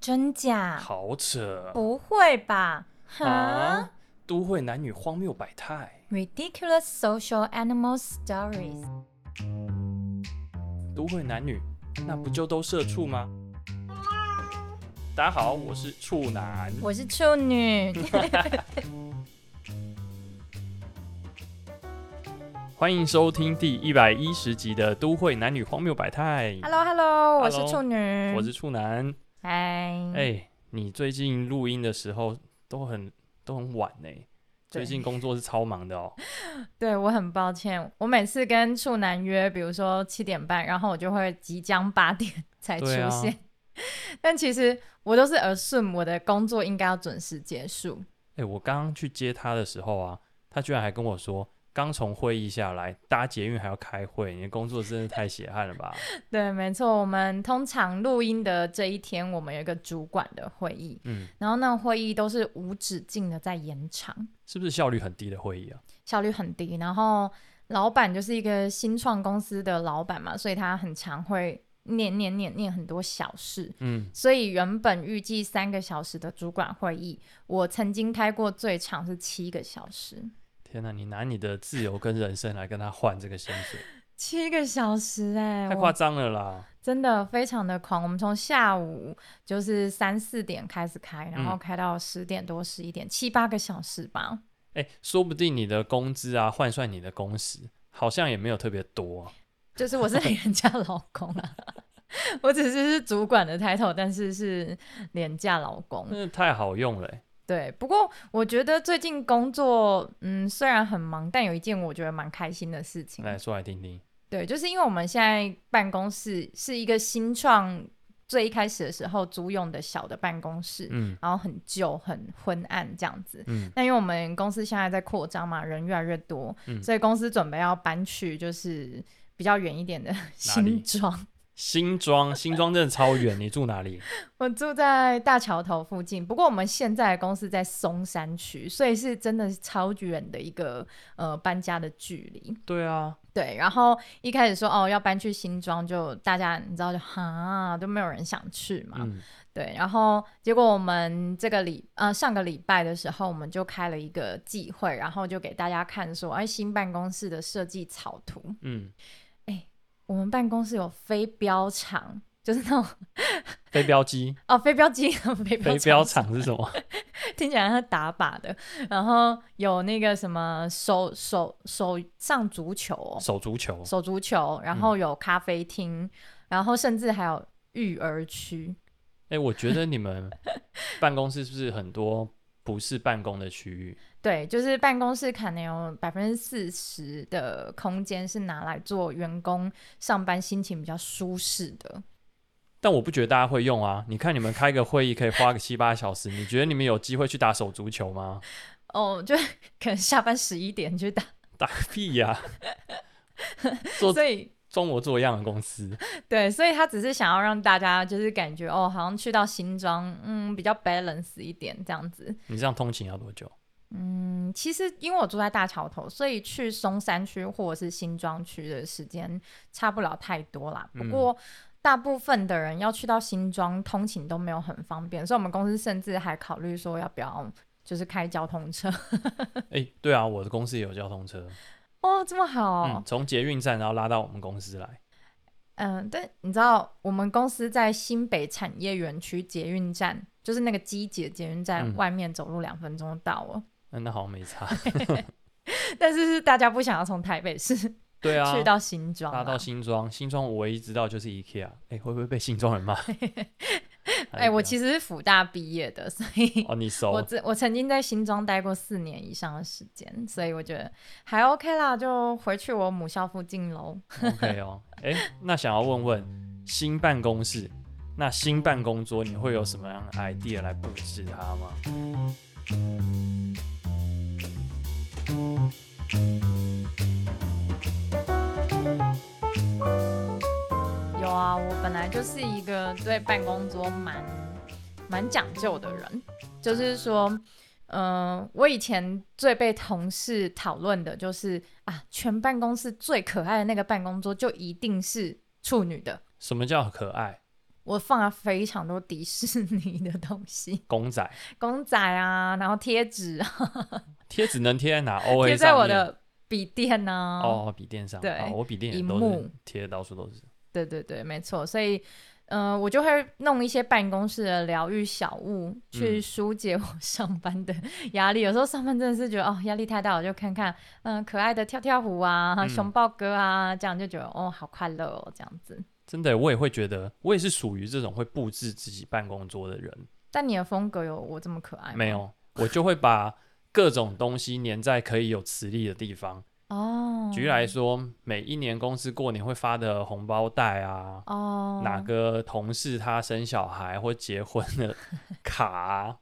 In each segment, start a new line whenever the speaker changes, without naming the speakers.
真假？
好扯
不会吧？哈、
啊！都会男女荒谬百态，
r i d i c u l o u s social animal stories。
都会男女那不就都社畜吗？大家好，我是处男。
我是处 女，
欢迎收听第一百一十集的《都会男女荒谬百态》
Hello Hello，我是
Hello，
处女，
我是处男。
嗨，
哎、你最近录音的时候都很都很晚呢、
对
最近工作是超忙的哦、
对我很抱歉，
啊
我每次跟处男约，比如说七点半，然后我就会即将八点才出
对啊
现， 但其实我都是 assume 我的工作应该要准时结束，
哎、我刚刚去接他的时候啊，他居然还跟我说，刚从会议下来，搭捷运还要开会，你的工作真的太血汗了吧？
对，没错，我们通常录音的这一天，我们有一个主管的会议，
嗯，
然后那个会议都是无止境的在延长，
是不是效率很低的会议啊？
效率很低。然后老板就是一个新创公司的老板嘛，所以他很常会念念念念很多小事。
嗯，
所以原本预计三个小时的主管会议，我曾经开过最长是七个小时，
天哪，你拿你的自由跟人生来跟他换这个薪水，
七个小时哎、
太
我
夸张了啦！
真的非常的狂，我们从下午就是三四点开始开，然后
嗯
开到十点多十一点，七八个小时吧。
哎、说不定你的工资啊，换算你的工时，好像也没有特别多啊、
就是 我是廉价老公啊， 我只是是主管的 title，但是是廉价老公。
真的太好用了、欸。
对，不过我觉得最近工作，嗯，虽然很忙，但有一件我觉得蛮开心的事情。
来说来听听。
对，就是因为我们现在办公室是一个新创最一开始的时候租用的小的办公室，
嗯
然后很旧、很昏暗这样子。
嗯，
那因为我们公司现在在扩张嘛，人越来越多，
嗯
所以公司准备要搬去就是比较远一点的
里
新庄。
新庄，新庄真的超远，你住哪里？
我住在大桥头附近，不过我们现在的公司在松山区，所以是真的是超远的一个呃搬家的距离。
对啊，
对，然后一开始说哦要搬去新庄，就大家你知道就哈都没有人想去嘛。
嗯，
对，然后结果我们这个礼呃上个礼拜的时候，我们就开了一个季会，然后就给大家看说，哎，新办公室的设计草图。
嗯，
我们办公室有飞镖场，就是那种
飞镖 机，
哦飞镖机、飞镖
飞镖场是什么？
听起来像打靶的，然后有那个什么手手手上足球、哦，
手足球，
手足球，然后有咖啡厅，然后甚至还有育儿区。
哎、我觉得你们办公室是不是很多不是办公的区域？
对，就是办公室可能有百分之四十的空间是拿来做员工上班心情比较舒适的。
但我不觉得大家会用啊！你看你们开个会议可以花个七八小时，你觉得你们有机会去打手足球吗？
哦，就 可能下班十一点去打，
打个屁呀、 做
所以
装模作样的公司，
对，所以他只是想要让大家就是感觉哦，好像去到新庄，嗯，比较 balance 一点这样子。
你这样通勤要多久？
嗯，其实因为我住在大桥头，所以去松山区或者是新庄区的时间差不了太多啦。不
嗯
过大部分的人要去到新庄通勤都没有很方便，所以我们公司甚至还考虑说要不要就是开交通车。
哎、对啊，我的公司也有交通车，
哦，这么好
嗯，
哦、
从捷运站然后拉到我们公司来。
嗯但你知道我们公司在新北产业园区捷运站，就是那个机捷捷运站
嗯
外面走路两分钟就到了，
嗯，那好像没差。
但是是大家不想要从台北市
对啊，
去到新庄啦，
拉到新庄，新庄我唯一知道就是 IKEA。哎、会不会被新庄人骂？
哎、我其实是辅大毕业的，所以
哦，你熟
我这我曾经在新庄待过四年以上的时间，所以我觉得还 OK 啦，就回去我母校附近喽。
OK 哦，哎、那想要问问新办公室，那新办公桌你会有什么样的 idea 来布置它吗？
有啊，我本来就是一个对办公桌蛮蛮讲究的人，就是说，嗯、我以前最被同事讨论的就是啊，全办公室最可爱的那个办公桌就一定是处女的。
什么叫可爱？
我放了非常多迪士尼的东西，
公仔
公仔啊，然后贴纸啊，
贴纸能贴在哪？O A
贴在我的笔电呢、啊。
哦笔电上，
对
哦我笔电
荧
也都是
幕
贴的到处都是。
对对对，没错。所以，呃，我就会弄一些办公室的疗愈小物，去
嗯
疏解我 上班的压力。有时候上班真的是觉得哦压力太大，我就看看嗯、呃可爱的跳跳虎啊、
嗯
熊抱哥啊，这样就觉得哦好快乐哦这样子。
真的，我也会觉得，我也是属于这种会布置自己办公桌的人。
但你的风格有我这么可爱吗？
没有，我就会把各种东西粘在可以有磁力的地方。
哦。
举例来说，每一年公司过年会发的红包袋啊，
哦，
哪个同事他生小孩或结婚的 卡、啊，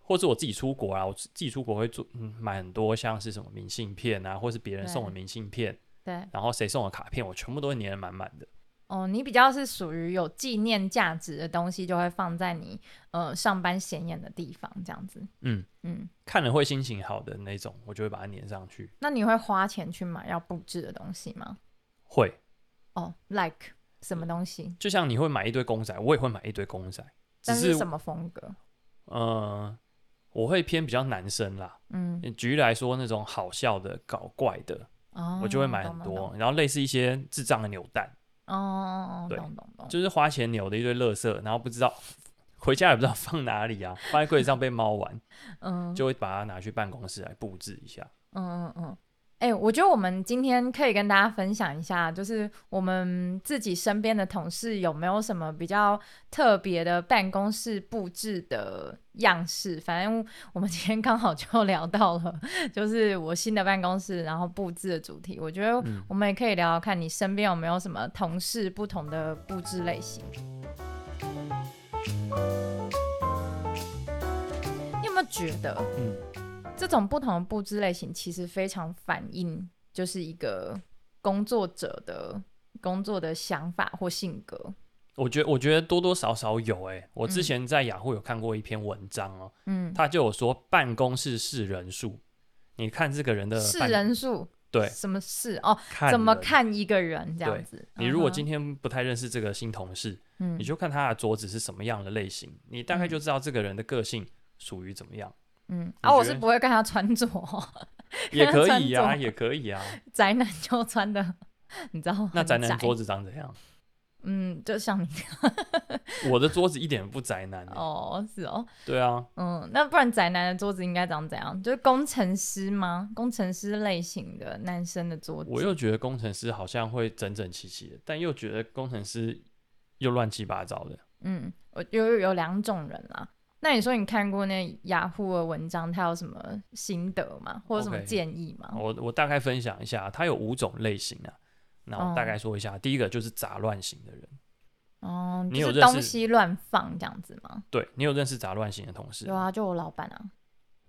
或者我自己出国啊，我自己出国会做、嗯、买很多像是什么明信片啊，或是别人送的
对
明信片，
对
然后谁送的卡片，我全部都会粘得满满的。
哦，你比较是属于有纪念价值的东西，就会放在你呃上班显眼的地方这样子。
嗯，
嗯，
看了会心情好的那种，我就会把它粘上去。
那你会花钱去买要布置的东西吗？
会，
哦，like 什么东西？
就像你会买一堆公仔，我也会买一堆公仔，只
但
是
是什么风格？
呃，我会偏比较男生啦。
嗯，
举例来说，那种好笑的、搞怪的，
哦，
我就会买
懂
很
懂懂
多。然后类似一些智障的扭蛋，
哦哦哦，
对
懂懂懂。
就是花钱扭的一堆垃圾，然后不知道回家也不知道放哪里啊， 放在柜子上被猫玩，
嗯，
就会把它拿去办公室来布置一下。
嗯嗯嗯，哎、我觉得我们今天可以跟大家分享一下，就是我们自己身边的同事有没有什么比较特别的办公室布置的样式。反正我们今天刚好就聊到了， 就是我新的办公室，然后布置的主题。我觉得
嗯
我们也可以聊聊看，你身边有没有什么同事不同的布置类型。你有没有觉得，
嗯，
这种不同的布置类型其实非常反映就是一个工作者的工作的想法或性格。
我觉我觉得多多少少有诶、我之
嗯
前在雅虎有看过一篇文章哦、
嗯，
他就有说办公室是人数，你看这个人的
是
办
人数
对，
什么事哦？
看
怎么
人？
看一个人这样子？
你如果今
天
天不太认识这个新同事，
嗯
你就看他的桌子是什么样的类型，你大概就知道这个人的个性属于怎 么样，
嗯
你
啊，我
觉
是
得
不会看他穿着，
也可
穿
以呀、
着
也可 以啊。
宅男就穿的，你知道吗？
那宅男桌
子，
子长怎样？
嗯，就像你
我的桌子一点不宅男、欸。
哦，是哦，
对啊，
嗯，那不然宅男的桌子应该长怎样？就是工程师吗？工程师类型的男生的桌子，
我又觉得工程师好像会整整齐齐的，但又觉得工程师又乱七八糟的。
嗯，我有有两种人啦。那你说你看过那雅虎的文章，它有什么心得吗？或者什么
OK 哦
建议吗
我我大概分享一下，它有五种类型啊。那我大概说一下，第一个就是杂乱型的人，
哦，
你
就
有
是
认识
东西乱放这样子吗？
对你有认识杂乱型的同事
有
吗？
啊，就我老板啊。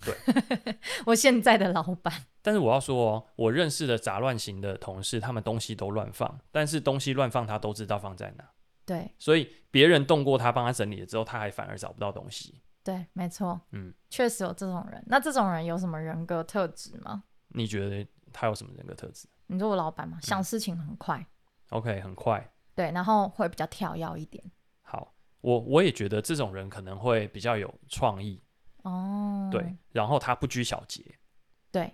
对，
我现在的老板。
但是我要说哦，我认识的杂乱型的同事，他们东西都乱放，但是东西乱放他都知道放在哪，
对
所以别人动过他帮他整理了之后，他还反而找不到东西。
对，没错，
嗯，
确实有这种人。那这种人有什么人格特质吗？
你觉得他有什么人格特质
你说我老板嘛，
嗯
想事情很快，
？OK，很快，
对，然后会比较跳跃一点。
好，我我也觉得这种人可能会比较有创意，
哦，
对，然后他不拘小节，
对，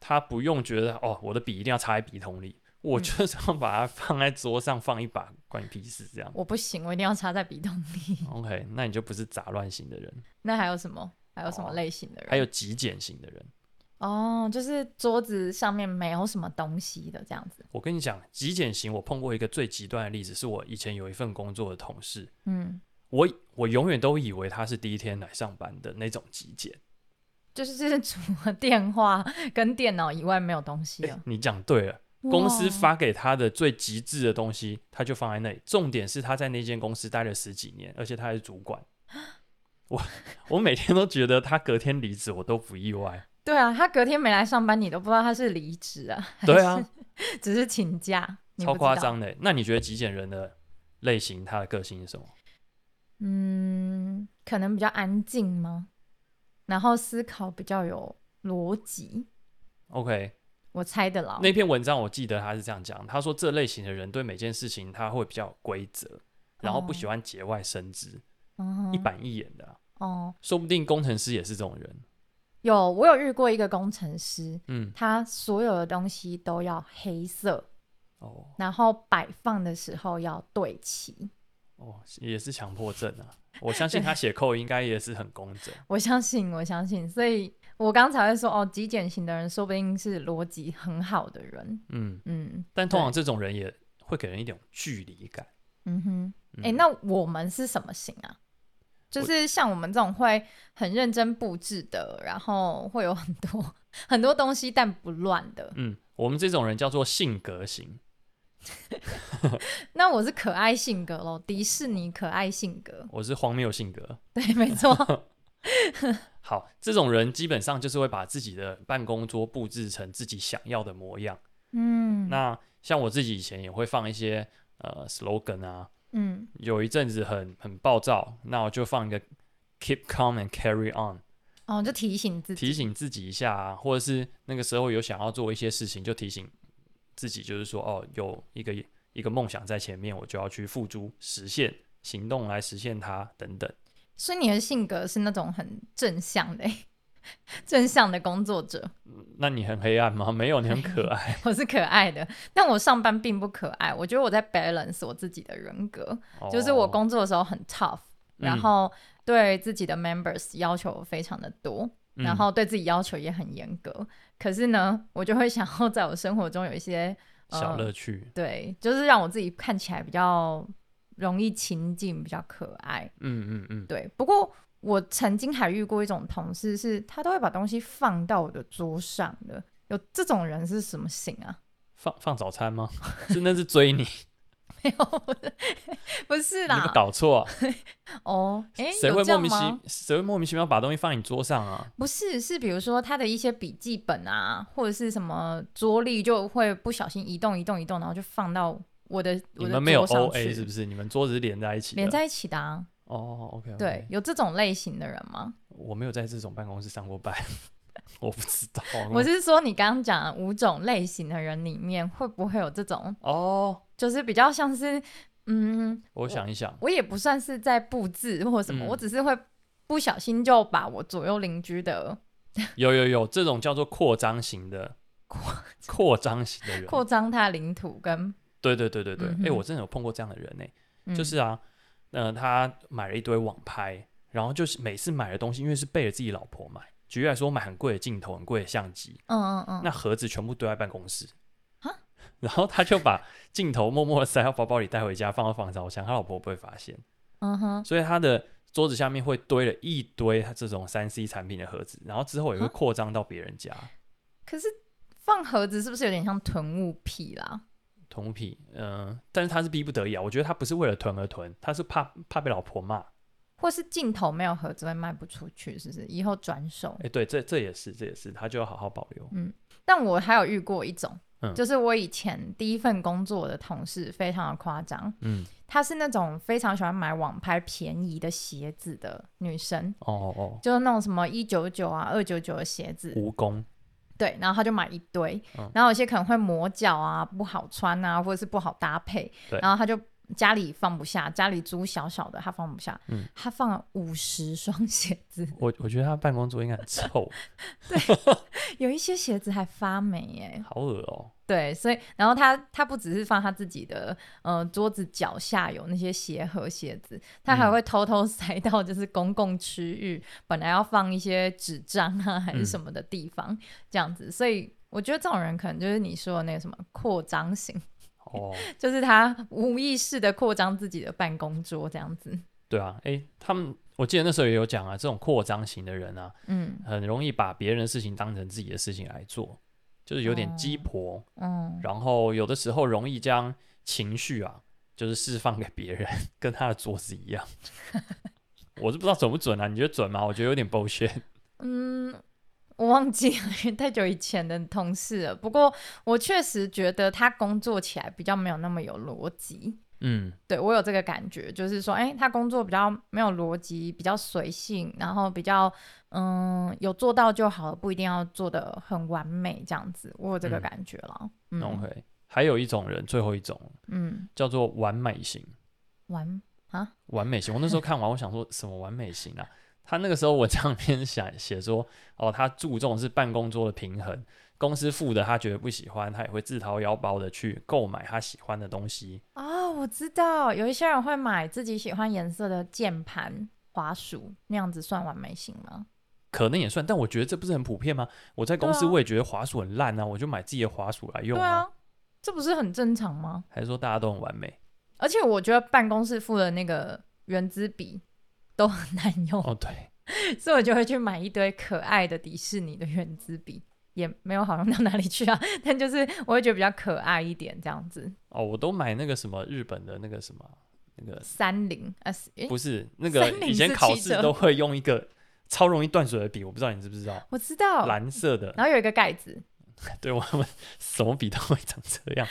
他不用觉得哦，我的笔一定要插在笔筒里，我
嗯
就是 要把它放在桌上放一把，关你屁事这样。
我不行，我一定要插在笔筒里。
OK，那你就不是杂乱型的人，
那还有什么？还有什么
哦
类型的人？
还有极简型的人。
哦，就是桌子上面没有什么东西的这样子。
我跟你讲，极简型我碰过一个最极端的例子，是我以前有一份工作的同事，
嗯，
我我永远都以为他是第一天来上班的那种极简。
就是 这是除了电话跟电脑以外没有东西了。
你讲对了，公司
哇
发给他的最极致的东西，他就放在那里。重点是他在那间公司待了十几年，而且他还是主管。我我每天都觉得他隔天离职，我都不意外。
对啊，他隔天没来上班，你都不知道他是离职啊，
对 啊，
只是请假，你
超
不知
夸
道。
张的。欸那你觉得极简人的类型，他的个性是什么？
嗯，可能比较安静吗？然后思考比较有逻辑，
OK，
我猜的啦。
那篇文章我记得他是这样讲，他说这类型的人对每件事情他会比较有规则，然后不喜欢节外生枝，
哦嗯
一
哼
板一眼的啊、
哦，
说不定工程师也是这种人。
有我有遇过一个工程师，
嗯，
他所有的东西都要黑色，
哦
然后摆放的时候要对齐。
哦，也是强迫症啊。我相信他写扣应该也是很工整。
我相信，我相信，所以我刚才会说哦，极简型的人说不定是逻辑很好的人。
嗯，
嗯
但通常这种人也会给人一种距离感。
嗯哼，
嗯
哎、那我们是什么型啊？就是像我们这种会很认真布置的，然后会有很多 很多东西，但不乱的。
嗯，我们这种人叫做性格型。
那我是可爱性格咯，迪士尼可爱性格，
我是荒谬性格。
对，没错。
好，这种人基本上就是会把自己的办公桌布置成自己想要的模样。
嗯，
那像我自己以前也会放一些呃 slogan 啊，
嗯
有一阵子很很暴躁，那我就放一个 keep calm and carry on，
哦，就提醒自己，
提醒自己一下啊，或者是那个时候有想要做一些事情，就提醒自己，就是说哦，有一个一个梦想在前面，我就要去付诸实现，行动来实现它等等。
所以你的性格是那种很正向的 欸，正向的工作者。
那你很黑暗吗？没有，你很可 爱。
我是可爱的，但我上班并不可爱。我觉得我在 balance 我自己的人格，就是我
哦
工作的时候很 tough，、然
嗯
后对自己的 members 要求非常的多，然
嗯
后对自己要求也很严格。可是呢，我就会想要在我生活中有一些
小
呃
乐趣，
对，就是让我自己看起来比较容易亲近，比较可爱。
嗯嗯嗯，
对，不过我曾经还遇过一种同事是，他都会把东西放到我的桌上的。有这种人是什么型啊？
放放早餐吗？ 是那是追你，
没有， 不是
你有没有
啦。
搞错啊？
哦，哎，
谁
有
会
这
莫
样
名
吗？
其谁会莫名其妙把东西放你桌上啊？
不是，是比如说他的一些笔记本啊，或者是什么桌历，就会不小心移动、移动、移动，然后就放到我的我
你
的
们没有
桌上
O A
去
是不是？你们桌子是连在一起的，
连在一起的啊？
哦，OK，,
对，，有这种类型的人吗？
我没有在这种办公室上过班， 我不知道。
我是说，你刚刚讲的五种类型的人里面，会不会有这种，
哦，
就是比较像是，嗯，
我想一想，
我也不算是在布置或什么，
嗯
我只是会不小心就把我左右邻居的
有有有，这种叫做扩张型的扩张型的人，
扩张他的领土跟，
对对对对对，哎、
嗯哼
我真的有碰过这样的人呢、
嗯
就是啊，呃，他买了一堆网拍，然后就是每次买的东西，因为是背着自己老婆买。举例来说，买很贵的镜头、很贵的相机，
嗯嗯嗯，
那盒子全部堆在办公室
啊。
然后他就把镜头默默的塞到包包里带回家，放到防潮箱，他老婆不会发现。
嗯哼，
所以他的桌子下面会堆了一堆这种三 C 产品的盒子，然后之后也会
啊
扩张到别人家。
可是放盒子是不是有点像囤物癖啦？
同品，嗯、但是他是逼不得已啊，我觉得他不是为了囤而囤，他是怕怕被老婆骂。
或是镜头没有盒子会卖不出去，是不是？以后转手
哎、。对，这这也是，这也是，他就要好好保留。
但我还有遇过一种，
嗯
就是我以前第一份工作的同事非常的夸张，
嗯，
她是那种非常喜欢买网拍便宜的鞋子的女生，
哦哦，
就是那种什么一九九啊、二九九的鞋子，
蜈蚣，
对，然后她就买一堆，
嗯
然后有些可能会磨脚啊、不好穿啊，或者是不好搭配，
对
然后她就家里放不下，家里租小小的她放不下，
嗯
她放了五十双鞋子，
我我觉得他办公桌应该很臭，
有一些鞋子还发霉耶、
好恶哦、
对，所以然后他他不只是放他自己的呃桌子脚下有那些鞋盒鞋子，他还
嗯
会偷偷塞到就是公共区域，本来要放一些纸张啊还是
嗯
什么的地方、这样子，所以我觉得这种人可能就是你说的那个什么扩张型，
哦，
就是他无意识的扩张自己的办公桌这样子。
对啊，哎、他们我记得那时候也有讲啊，这种扩张型的人啊，
嗯
很容易把别人的事情当成自己的事情来做，就是有点鸡婆，
嗯，
然后有的时候容易将情绪啊，就是释放给别人， 跟他的桌子一样。我是不知道准不准啊，你觉得准吗？我觉得有点 bullshit。
嗯，我忘记了，因为太久以前的同事了。不过我确实觉得他工作起来比较没有那么有逻辑。
嗯，
对我有这个感觉，就是说，哎、他工作比较没有逻辑，比较随性，然后比较嗯有做到就好了，不一定要做的很完美这样子。我有这个
嗯
感觉了。
那
嗯
OK。还有一种人，最后一种
嗯
叫做完美型。
完啊，
完美型。我那时候看完，我想说什么完美型啊？他那个时候文章里面想写说，哦，他注重是办公桌的平衡，公司付的他觉得不喜欢，他也会自掏腰包的去购买他喜欢的东西。
哦，我知道，有一些人会买自己喜欢颜色的键盘、滑鼠，那样子算完美型吗？
可能也算，但我觉得这不是很普遍吗？我在公司
对啊
我也觉得滑鼠很烂啊，我就买自己的滑鼠来用
对啊，这不是很正常吗？
还是说大家都很完美？
而且我觉得办公室附的那个圆珠笔 都很难用，
哦，对，
所以我就会去买一堆可爱的迪士尼的圆珠笔，也没有好用到哪里去啊，但就是我会觉得比较可爱一点这样子。
哦，我都买那个什么日本的那个什么那个，
三菱啊，是诶
不是那个
森林
以前
是
考
汽
试
车
都会用一个 超容易断水的笔，我不知道你知不知道，
我知道，
蓝色的，
然后有一个盖子，
对我们什么笔都会长这样，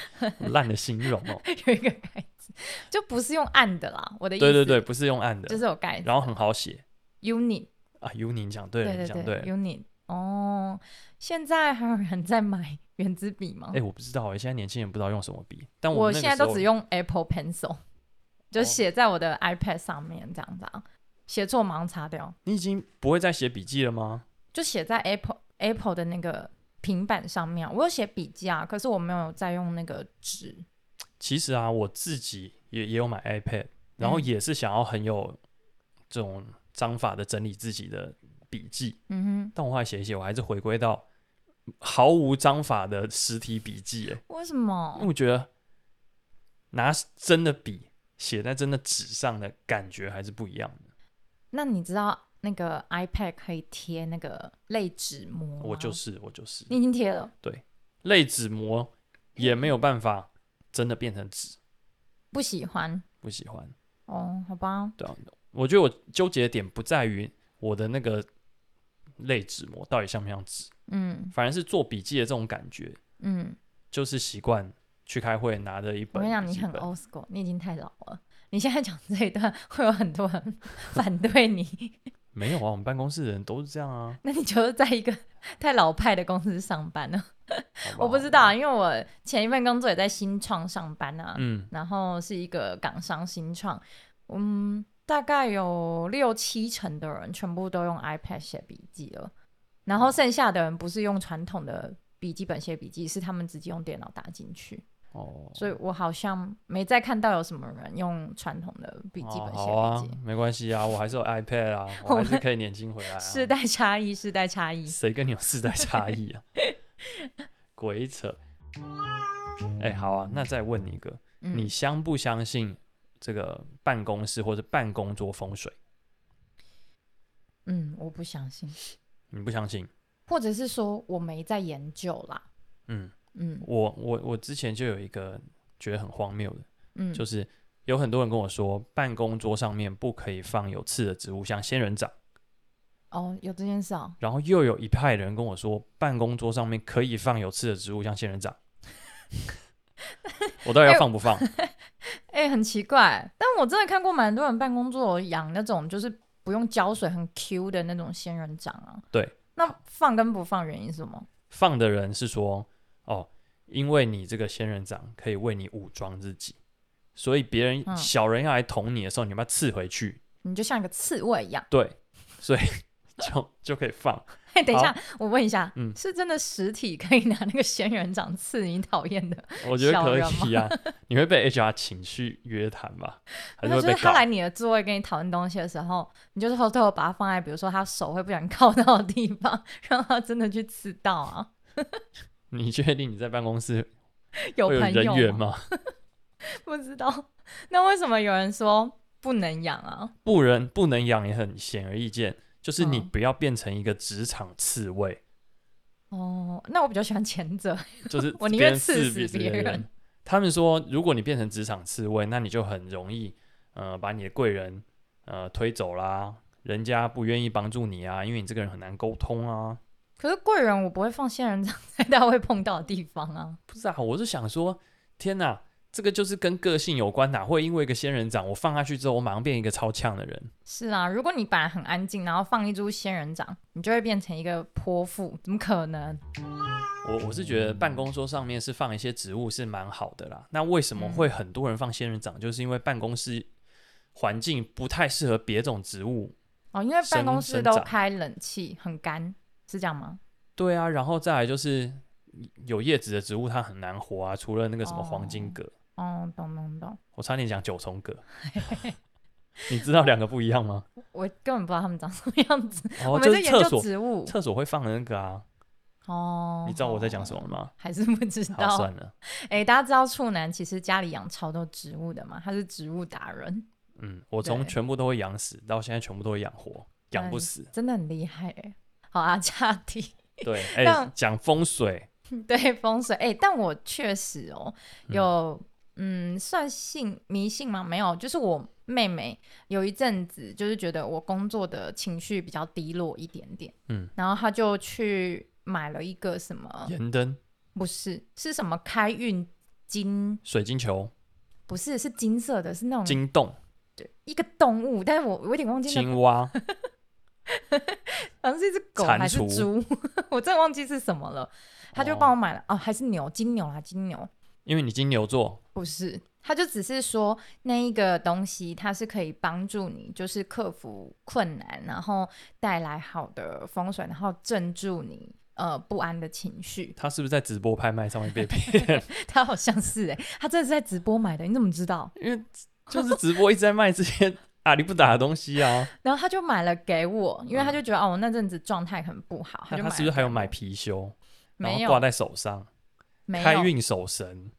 烂的形容 哦。
有一个盖子，就不是用按的啦。我的意思，
对对对，不是用暗的，
就是有盖子
然后很好写
unit，
啊。有你讲对了，
对
你
对
讲
对
了。
unit。哦，现在还有人在买 圆珠笔吗？
哎，我不知道哎，现在年轻人不知道用什么笔，但
我
们那
现
个
在都
时候哦
只用 Apple Pencil，就写在我的 iPad 上面这样子啊，写错马上擦掉，
你已经不会再写笔记了吗？
就写在 Apple Apple 的那个平板上面啊。我有写笔记啊，可是我没有在用那个纸。
其实啊，我自己也也有买 iPad，然后
嗯
也是想要很有这种章法的整理自己的笔记，
嗯
但我后来写一写，我还是回归到毫无章法的实体笔记。哎，
哼，为什
因
么
为？我觉得拿真的笔写在真的纸上的感觉还是不一样的。
那你知道那个 iPad 可以贴那个类纸膜吗？
我就是我就是
哦你已经贴了，
类纸膜也没有办法真的变成纸，
不喜欢
不喜欢。
哦，好吧，
对啊，我觉得我纠结的点不在于我的那个类纸膜到底像不像纸，
嗯
反而是做笔记的这种感觉，
嗯，
就是习惯去开会拿着一
我
本
跟
笔
你
记
讲，
本。
你很哦 old school，你已经太老了。你现在讲这一段，会有很多人 反对你。
没有啊，我们办公室的人都是这样啊。
那你就是在一个太老派的公司上班了。
好
我
好
不知道啊，因为我前一份工作也在新创上班啊，
嗯，
然后是一个港商新创，嗯，大概有六七成的人全部都用 iPad 写笔记了，然后剩下的人不是用传统的笔记本写笔记，是他们直接用电脑打进去，
哦，
所以我好像没再看到有什么人用传统的笔记本
哦
写
好啊
笔记。，
没关系啊，我还是有 iPad 啊，
我
我还是
们
可以年轻回 来、啊。
世代差异，世代差异。
谁跟你有世代差异 啊？鬼扯！哎、好啊，那再问你一个，
嗯
你相不相信这个办公室或者办公桌风水？
嗯，我不相信，
你不相信？
或者是说我没在研究啦。
嗯，
嗯
我我我之前就有一个觉得很荒谬的，
嗯，
就是有很多人跟我说，办公桌上面不可以放有刺的植物，像仙人掌。
哦，有这件事哦。
然后又有一派人跟我说，办公桌上面可以放有刺的植物，像仙 人掌。我到底要放不放？
哎、很奇怪，但我真的看过蛮多人办公桌养那种就是不用浇水很 Q 的那种仙人掌啊。
对，
那放跟不放原因是什么？
放的人是说，哦，因为你这个仙人掌可以为你武装自己，所以别人、
嗯
小人要来捅你的时候，你把它刺回去，
你就像一个刺猬一样。
对，所以就就可以放。
嘿， 等一下，我问一下，
嗯
是真的实体可以拿那个仙人掌刺你讨厌的？
我觉得
小
可
人
以啊，你会被 HR 请去约谈吧？还是
那
会
就
被
是
告
他？来你的座位跟你讨论东西的时候，你就是偷偷地把它放在，比如说他手会不小心靠到的地方，让他真的去刺到啊。
你确定你在办公室
有
会有
朋
人
友
员
吗？
吗？
不知道。那为什么有人说不能养啊？
不能不能养也很显而易见，就是你
嗯
不要变成一个职场刺猬，
哦，那我比较喜欢前者。
就是
我宁
别
愿
人
刺
刺
死
别
别
人
人。
他们说，如果你变成职场刺猬，那你就很容易呃把你的贵人呃推走啦，人家不愿意帮助你啊，因为你这个人很难沟通啊。
可是贵人我不会放仙人掌 在大家会碰到的地方啊。
不是啊，我是想说，天哪，这个就是跟个性有关，哪会因为一个仙人掌我放下去之后，我马上变一个超强的人？
是啊，如果你本来很安静，然后放一株仙人掌，你就会变成一个泼妇，怎么可能？
我我是觉得办公桌上面是放一些植物是蛮好的啦。那为什么会很多人放仙人掌？就是因为办公室环境不太适合别种植物。
哦，因为办公
生
室都
长
开冷气，很干，是这样吗？
对啊，然后再来就是有叶子的植物它很难活啊，除了那个什么黄金葛，
哦，懂懂懂，
我差点讲九重葛。 你知道两个不一 样吗？
我根本不知道他们长什么样子。我
哦，
们
就
在
是
研
厕
究
所，
植物
厕所会放的那个啊，
哦。
你知道我在讲什么吗？
还是不知
好，
道
算。了，
哎、大家知道处男其实家里养超多植物的嘛，他是植物达人，
嗯，我从
对
全部都会养死到现在全部都会养活，养不
嗯
死。
真的很厉害哎、好啊， 岔题。
对，哎、
但
讲风水，
对风水，哎、但我确实哦，有嗯算信迷信吗？没有，就是我妹妹有一阵子就是觉得我工作的情绪比较低落一点点，
嗯，
然后她就去买了一个什么，
盐灯、
不是是什么开运金，
水晶球、
不是是金色的，是那种
金洞、
一个动物，但是我我有点忘记嗯那
青蛙，
好像是一只狗
蟾
还是
蜍
猪， 我真的忘记是什么了，她就
哦
帮我买了哦，还是牛金牛啦，金牛。
因为你金牛座，
不是，他就只是说那一个东西，它是可以帮助你，就是克服困难，然后带来好的风水，然后镇住你呃不安的情绪。
他是不是在直播拍卖上面被骗？
他好像是哎、他真的是在直播买的，你怎么知道？
因为就是直播一直在卖这些 阿里不打的东西啊。
然后他就买了给我，因为他就觉得、哦，我那阵子状态很不好，
嗯那
就
他
买。
是不是还有买？貔貅，然
没
后挂
有，
在手上，
没
开
有。
运手绳？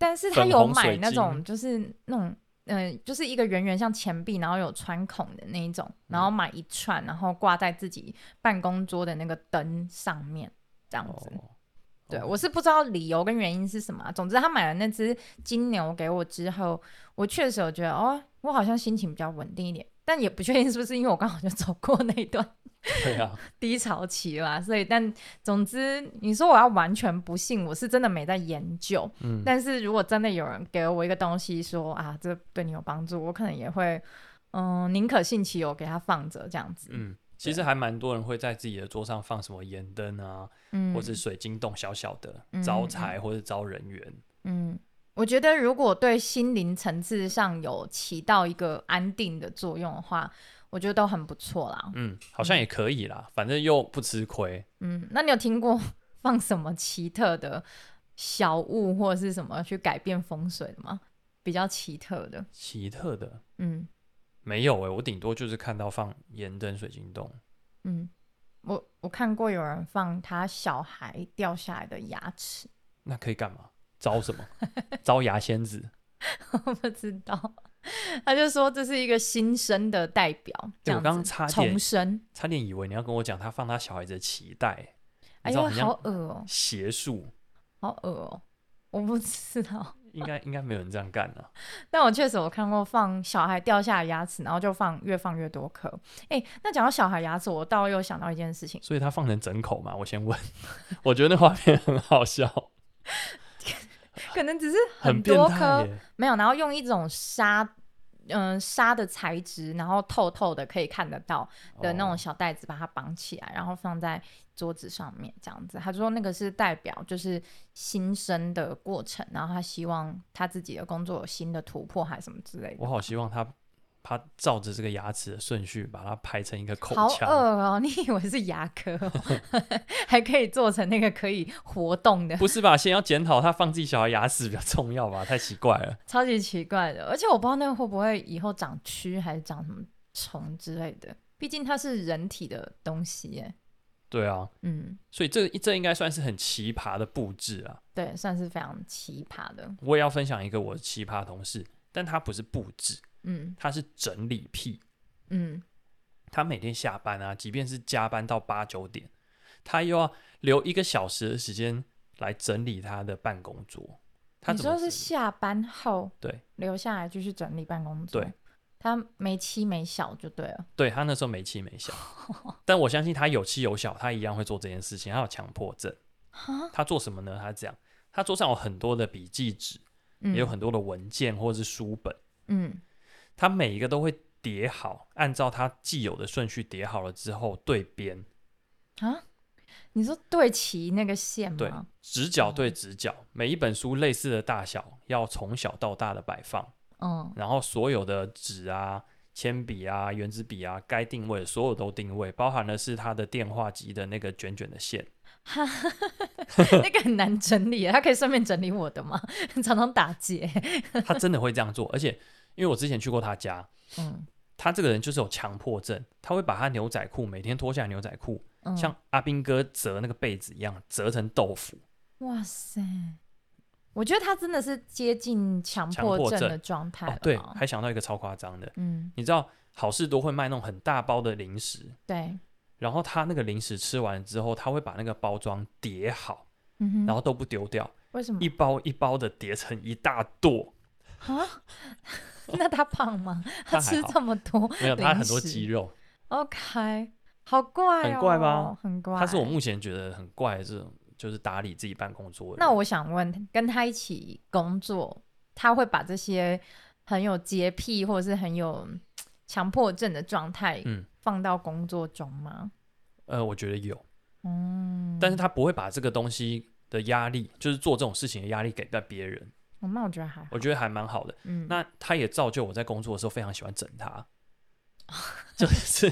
但是他
粉
有
红
买
水
那
晶
种，就是那种。嗯、就是一个圆圆像钱币，然后有穿孔的那一种，然后买一串，然后挂在自己办公桌的那个灯上面，这样子。
哦，
对，
哦
我是不知道理由跟原因是什么啊、总之，他买了那只金牛给我之后，我确实有觉得，哦，我好像心情比较稳定一点，但也不确定是不是因为我刚好就走过那一段
对啊，
低潮期啦。所以，但总之，你说我要完全不信，我是真的没在研究。
嗯，
但是如果真的有人给我一个东西说啊，这对你有帮助，我可能也会，嗯，宁可信其有，给它放着这样子。
嗯，其实还蛮多人会在自己的桌上放什么盐灯啊，
嗯，
或者水晶洞小小的，
嗯
招
嗯
财或者招人缘。
嗯，我觉得如果对心灵层次上有起到一个安定的作用的话，我觉得都很不错啦。
嗯，好像也可以啦，反正又不吃亏。
嗯，那你有听过放什么奇特的小物或者是什么去改变风水的吗？比较奇特的，
奇特的
嗯
没有诶、欸我顶多就是看到放盐灯、水晶洞。
嗯，我我看过有人放他小孩掉下来的牙齿，
那可以干嘛？招什么？招牙仙子？
我不知道，他就说这是一个新生的代表，这
对我
样
刚
子
差点
重生，
差点以为你要跟我讲他放他小孩子的脐带，
哎
你知道
呦，
很像
好恶哦、
邪术，
好恶哦、我不知道。
应该应该没有人这样干啊。
但我确实我看过放小孩掉下来牙齿，然后就放越放越多颗。哎、那讲到小孩牙齿，我倒又想到一件事情，
所以他放成整口嘛？我先问， 我觉得那画面很好笑，
可能只是
很变
多
态
颗
耶。
没有，然后用一种纱，嗯、纱的材质，然后透透的可以看得到的那种
哦
小袋子，把它绑起来，然后放在桌子上面这样子。他说那个是代表就是新生的过程，然后他希望他自己的工作有新的突破，还是什么之类的。
我好希望他他照着这个牙齿的顺序把它排成一个口
好饿
腔，
哦！ 你以为是牙科、哦， 还可以做成那个可以活动的，
不是吧？先要检讨他放自己小孩牙齿比较重要吧？太奇怪了。
超级奇怪的。而且我不知道那个会不会以后长蛆还是长什么虫之类的，毕竟它是人体的东西耶。
对啊，
嗯，
所以这这应该算是很奇葩的布置啊。
对，算是非常奇葩的。
我也要分享一个我的奇葩同事，但他不是布置，
嗯
他是整理癖。
嗯，
他每天下班啊，即便是加班到八九点，他又要留一个小时的时间来整理他的办公桌。他
你
怎么
说
整
是下班后
对
留下来继续整理办公桌，
对，
他没妻没小就对了。
对他那时候没妻没 小，但我相信他有妻有小，他一样会做这件事情。他有强迫症，
哈，
他做什么呢？他这样，他桌上有很多的笔记纸，
嗯
也有很多的文件或者是书本，
嗯
他每一个都会叠好，按照他既有的顺序叠好了之后对边，
啊，你说对齐那个线
对
吗？
直角对直角，每一本书类似的大小要从小到大的摆放。
嗯
然后所有的纸啊、铅笔啊、圆珠笔啊，该定位的所有都定位，包含的是他的电话机的那个卷卷的线。
那个很难整理耶，啊他可以顺便整理我的吗？ 常常打结。
他真的会这样做，而且因为我之前去过他家，
嗯
他这个人就是有强迫症，他会把他牛仔裤每天脱下来牛仔裤，
嗯，
像阿兵哥折那个被子一样折成豆腐。
哇塞，我觉得他真的是接近强
强迫
迫症
症
的状态了、
哦，对，还想到一个超夸张的，
嗯，
你知道好事多会卖那种很大包的零食，
对，
然后他那个零食吃完之后，他会把那个包装叠好，
嗯哼，
然后都不丢掉，
为什么
一包一包的叠成一大垛。
啊？ 那他胖吗？他
他还
吃
好
这么多
没有，他很多
零食
肌肉，
，OK，好怪、哦，
很怪吧？
很怪。
他是我目前觉得很怪的这种，就是打理自己办公桌的人。
那我想问，跟他一起工作，他会把这些很有洁癖或者是很有嗯强迫症的状态，
嗯
放到工作中吗？
呃，我觉得有，
嗯，
但是他不会把这个东西的压力，就是做这种事情的压力给到别人，
哦那我觉得还好，
我觉得还蛮好的。
嗯，
那他也造就我在工作的时候非常喜欢整 他，就是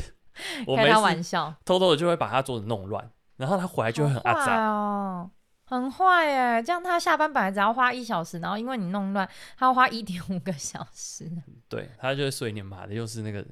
我
开
没
他
事
玩笑，
偷偷的就会把他桌子弄乱，然后他回来就会很
好
阿
坏
杂。
哦，很坏哎！这样他下班本来只要花一小时，然后因为你弄乱，他要花一点五个小时。
对他就会碎念，妈的又是那个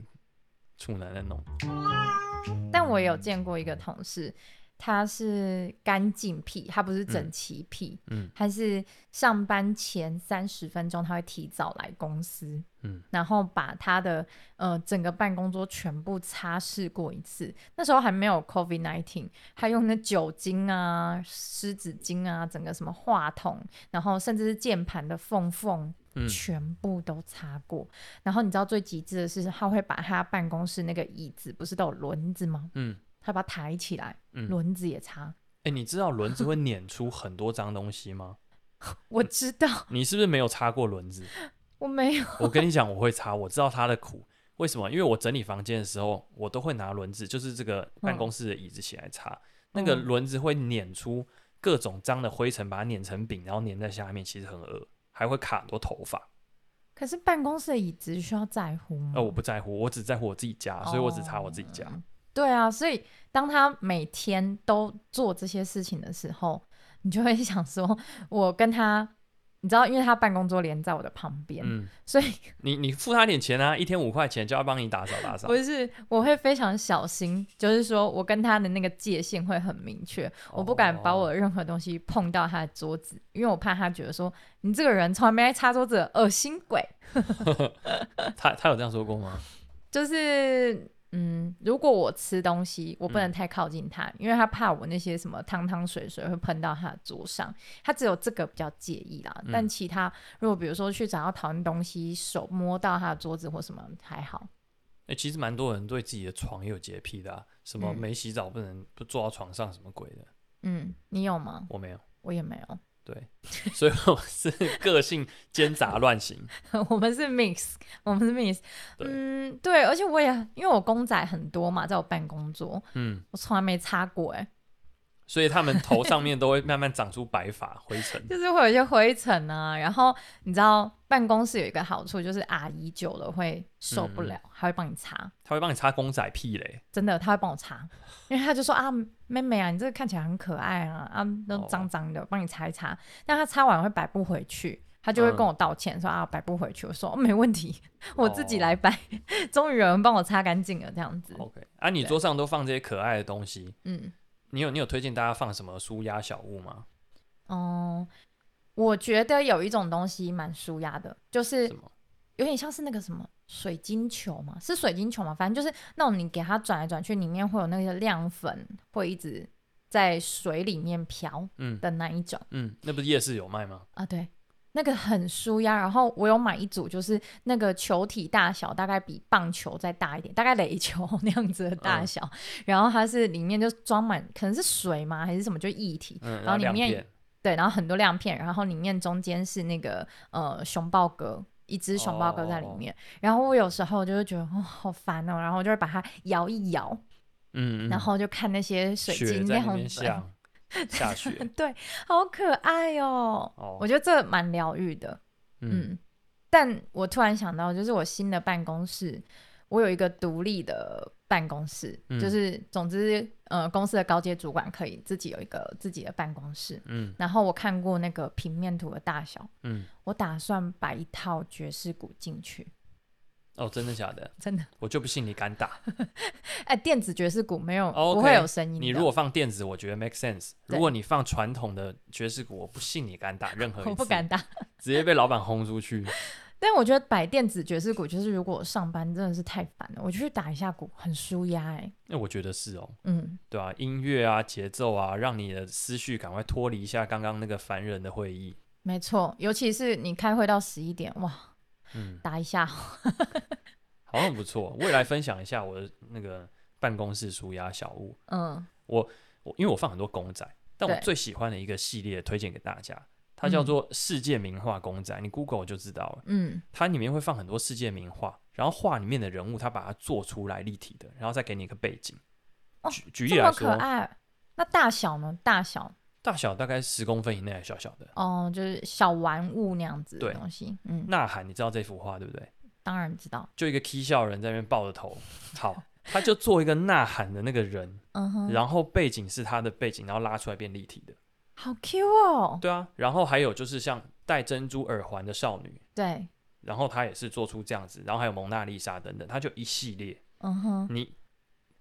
处男在弄。嗯
但我也有见过一个同事，他是干净癖，他不是整齐癖，
嗯嗯
他是上班前三十分钟他会提早来公司，
嗯
然后把他的呃整个办公桌全部擦拭过一次。那时候还没有 COVID nineteen，他用那酒精啊、湿纸巾啊，整个什么话筒，然后甚至是键盘的缝缝
嗯
全部都擦过。然后你知道最极致的是，他会把他办公室那个椅子不是都有轮子吗？
嗯，
他把它抬起来，
嗯
轮子也擦。
哎、你知道轮子会碾出很多脏东西吗？
我知道，
你是不是没有擦过 轮子？
我没有，
我跟你讲，我会擦，我知道他的苦。为什么？因为我整理房间的时候，我都会拿轮子，就是这个办公室的椅子起来擦。那个
嗯
轮子会碾出各种脏的灰尘，把它碾成饼，然后粘在下面，其实很恶，还会卡很多头发。
可是办公室的椅子需要在乎吗？
呃，我不在乎，我只在乎我自己家，所以我只擦我自己家。
嗯哦对啊，所以当他每天都做这些事情的时候，你就会想说，我跟他，你知道，因为他办公桌连在我的旁边，
嗯，
所以
你你付他点钱啊，一天五块钱，叫他帮你打扫打 扫
不。是我会非常小心，就是说我跟他的那个界限会很明确，我不敢把我任何东西碰到他的桌子，因为我怕他觉得说你这个人从来没来擦桌子，恶心鬼。
他他有这样说过 吗？
就是嗯，如果我吃东西，我不能
嗯
太靠近他，因为他怕我那些什么汤汤水水会喷到他的桌上。他只有这个比较介意啦，
嗯
但其他如果比如说去找他讨论东西，手摸到他的桌子或什么还好。
哎、其实蛮多人对自己的床也有洁癖的、啊，什么
嗯
没洗澡不能不坐到床上，什么鬼的，
嗯，你有吗？
我没有。
我也没有，
对， 所以我是个性奸杂乱型。
我们是 mix，我们是 mix。
对
嗯，对，而且我也因为我公仔很多嘛，在我办公桌，
嗯，
我从来没擦过、欸，
所以他们头上面都会慢慢长出白发、灰尘。
就是会有一些灰尘啊，然后你知道办公室有一个好处，就是阿姨久了会受不
嗯
了，她会帮你擦，
他会帮你擦公仔屁嘞，
真的，她会帮我 擦，因为她就说啊，妹妹啊，你这个看起来很可爱啊，啊，都
哦
脏脏的，帮你擦一擦。但她擦完会摆不回去，她就会
嗯哦
跟我道歉、说啊，摆不回去。我说、哦、没问题，我自己来摆，终于有人帮我擦干净了，这样子。
OK，啊，你
嗯对
桌上都放这些可爱的东西，
嗯，
你有你有推荐大家放什么舒压小物吗？
哦、我觉得有一种东西蛮舒压的，就是
什么？
有点像是那个什么水晶球嘛，是水晶球嘛，反正就是那种你给它转来转去，里面会有那个亮粉会一直在水里面飘
嗯
的那一种
嗯，那不是夜市有卖吗？
啊，对，那个很舒压。然后我有买一组，就是那个球体大小大概比棒球再大一点，大概垒球 那样子的
嗯
大小，然后它是里面就装满可能是水嘛还是什么，就液体，
嗯，
然后里
亮
面
片
对，然后很多亮片，然后里面中间是那个呃熊抱哥，一只熊抱哥在里
哦
面。然后我有时候就会觉得哦好烦哦，然后我就会把它摇一摇，
嗯，嗯
然后就看那些水
雪
晶
在
亮
里面
粉，
下 下雪
对，好可爱哦。
哦
我，觉得这蛮疗愈的，
嗯，
嗯。但我突然想到，就是我新的办公室，我有一个独立的办公室，
嗯
就是总之，呃，公司的高阶主管可以自己有一个自己的办公室。
嗯
然后我看过那个平面图的大小，
嗯，
我打算摆一套爵士鼓进去，
哦，真的假的？
真的。
我就不信你敢打。
哎，电子爵士鼓没有
OK，
不会有声音的。
你如果放电子，我觉得 make sense。
对
如果你放传统的爵士鼓，我不信你敢打任 何一次，
我不敢，打，
直接被老板轰出去。
但我觉得摆电子爵士鼓，就是如果我上班真的是太烦了，我就去打一下鼓，很舒压哎、
那我觉得是哦，
嗯，
对啊，音乐啊，节奏啊，让你的思绪赶快脱离一下刚刚那个烦人的会议。
没错，尤其是你开会到十一点，哇，
嗯，
打一下，
好像很不错。未来分享一下我的那个办公室舒压小物。
嗯，
我因为我放很多公仔，但我
对
最喜欢的一个系列推荐给大家，它叫做世界名画公仔，你 Google 就知道了。
嗯，
它里面会放很多世界名画，然后画里面的人物，它把它做出来立体的，然后再给你一个背景。
哦
举举例
这
来
么可
说，
爱。那大小呢？大小
大小大概十公分以内，小小的。
哦，就是小玩物那样子的
对
东西。嗯，
呐喊，你知道这幅画对不对？
当然知道。
就一个 K 笑人在那边抱着头，好， 他就做一个呐喊的那个人，
嗯哼，
然后背景是他的背景，然后拉出来变立体的。
好 Q 哦。
对啊，然后还有就是像戴珍珠耳环的少女，
对，
然后他也是做出这样子，然后还有蒙娜丽莎等等，他就一系列，
嗯哼，
你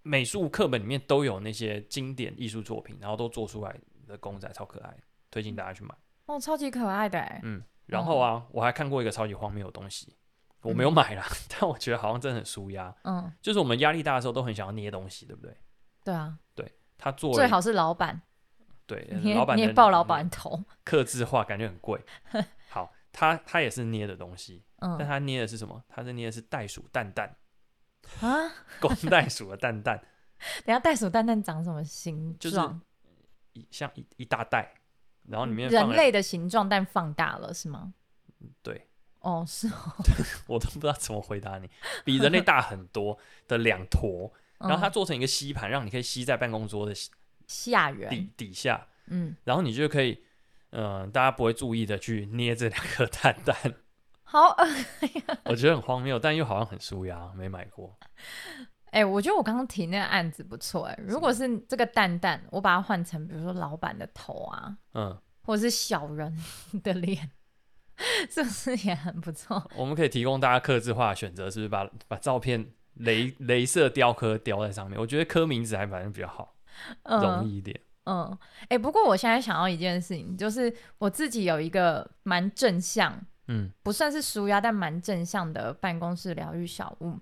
美术课本里面都有那些经典艺术作品，然后都做出来的公仔超可爱，推荐大家去买。
哦，超级可爱的哎。
嗯，然后啊，我还看过一个超级荒谬的东西，我没有
嗯
买啦， 但我觉得好像真的很舒压，
嗯，
就是我们压力大的时候都很想要捏东西，对不对？
对啊，
他做了
最好是老板，
对
你也
呃老板
你也
的嗯
抱老板头。
刻字化，感觉很 贵。好，他他也是捏的东西，
嗯
但他捏的是什么？他是捏的是袋鼠蛋蛋，
啊，
公袋鼠的蛋蛋，
等一下袋鼠蛋蛋长什么形
就是
状？
一像一一大袋，然后里面
人
放了嗯
类的形状，但放大了是吗？
对
哦，是哦。
我都不知道怎么回答你，比人类大很多的两坨，然后它
嗯
做成一个吸盘，让你可以吸在办公桌的
下
底
缘，
底下，
嗯，
然后你就可以，嗯、大家不会注意的去捏这两颗蛋蛋，
好 恶
我觉得很荒谬，但又好像很舒压，没买过。
哎、我觉得我刚刚提那个案子不错哎、如果是这个蛋蛋，我把它换成比如说老板的头啊，
嗯，
或者是小人 的脸，是不是也很不错？
我们可以提供大家克制化的选择，是不是把把照片镭镭射雕刻雕在上面？我觉得刻名字还反正比较好，容
嗯
易一点。
嗯，哎、不过我现在想到一件事情，就是我自己有一个蛮正向，
嗯
不算是舒压，但蛮正向的办公室疗愈小物。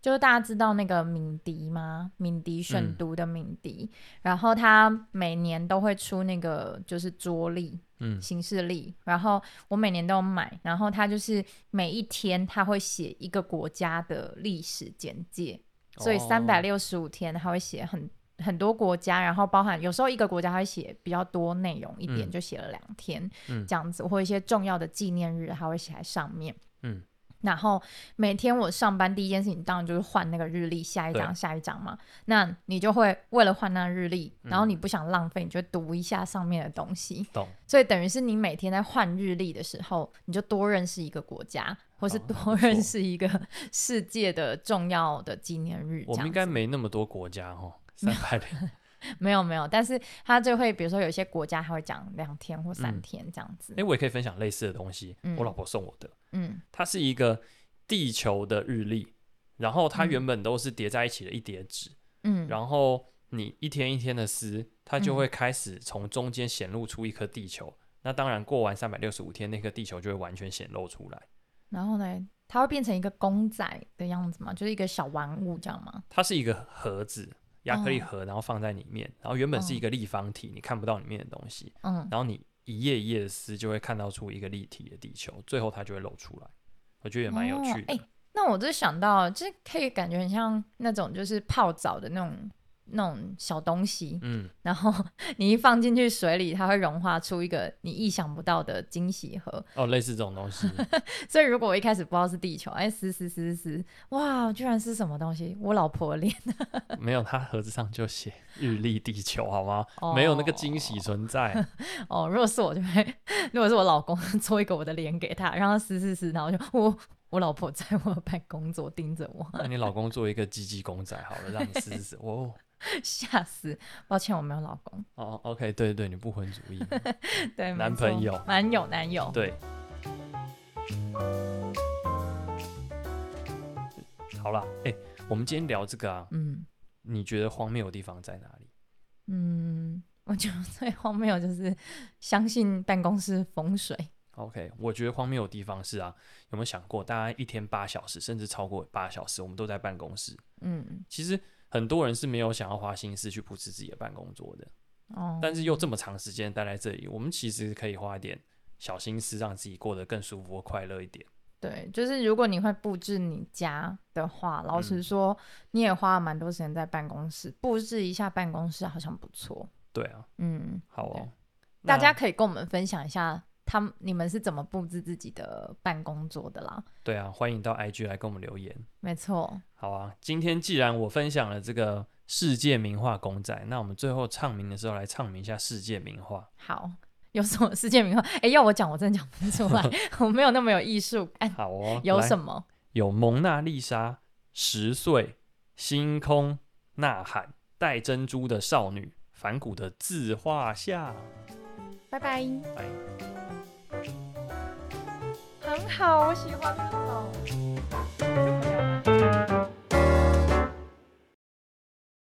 就是大家知道那个敏迪吗？敏迪选
嗯
读的敏迪，然后他每年都会出那个就是桌历，
嗯
行事历，然后我每年都有买，然后它就是每一天它会写一个国家的历史简介，所以
哦
三百六十五天它会写很很多国家，然后包含有时候一个国家它会写比较多内容一点，
嗯
就写了两天、
嗯
这样子，或一些重要的纪念日它会写在上面。
嗯，
然后每天我上班第一件事情当然就是换那个日历，下一张
对
下一张嘛。那你就会为了换那日历，然后
嗯
你不想浪费，你就读一下上面的东西。
懂。
所以等于是你每天在换日历的时候，你就多认识一个国家，或是
哦那
多
不错
认识一个 世界的重要的纪念日。
我们应
这样
该
子
没那么多国家 哦，三百六。
没有没有，但是他就会比如说有些国家他会讲两天或三
嗯
天这样子。
哎，我也可以分享类似的东西，
嗯
我老婆送我的。
嗯
它是一个地球的日历，然后它
嗯
原本都是叠在一起的一叠纸，
嗯，
然后你一天一天的撕，它就会开始从中间显露出一颗地球。那当然，过完三百六十五天，那颗地球就会完全显露出来。
然后呢，它会变成一个公仔的样子嘛，就是一个小玩物这样吗？
它是一个盒子，亚克力
哦
盒，然后放在里面，然后原本是一个立方体，你看不到里面的东西，
嗯，
然后你一页一页的撕，就会看到出一个立体的地球，最后它就会露出来。我觉得也蛮有趣
哦哎
的。
那我就想到，就是可以感觉很像那种就是泡澡的那种那种小东西，
嗯，
然后 你一放进去水里，它会融化出一个你意想不到的惊喜盒。
哦，类似这种东西，
所以如果我一开始不知道是地球，哎，撕撕撕撕，哇，居然是什么东西？我老婆脸，
没有，它盒子上就写日历地球，好吗？没有那个
哦
惊喜存在。
哦，如果是我就会，如果是我老公 做一个我的脸给他，让他撕撕撕，然后我就我我老婆在我的办公桌盯着我，
那你老公做一个鸡鸡公仔好了，让你试试试。哦
吓死！抱歉，我没有老公，
哦，OK，对对对，你不婚主义嘛，
对，没
男
错
朋友
男友，男友，
对。好啦，哎、我们今天聊这个啊，
嗯
你觉得荒谬的地方在哪里？
嗯，我觉得最荒谬就是相信办公室风水，
OK，我觉得荒谬的地方是啊，有没有想过，大家一天八小时，甚至超过八小时，我们都在办公室。
嗯
其实很多人是没有想要花心思去布置自己的办公桌的，
哦，
但是又这么长时间待在这里，我们其实可以花一点小心思，让自己过得更舒服、快乐一点。
对，就是如果你会布置你家的话，老
嗯
实说，你也花了蛮多时间在办公室，布置一下办公室好像不错。
对啊，
嗯，
好
对
哦，
大
那
家可以跟我们分享一下，他们你们是怎么布置自己的办公桌的啦？
对啊，欢迎到 IG 来跟我们留言。
没错，
好啊，今天既然我分享了这个世界名画公仔，那我们最后唱名的时候来唱名一下世界名画。
好，有什么世界名画？哎，要我讲，我真的讲不出 来，我没有那么有艺术感。
好哦，
有
来
什么？
有蒙娜丽莎、十岁、星空、呐喊、戴珍珠的少女、反骨的自画像。
拜拜。
拜
很好，我喜欢这种。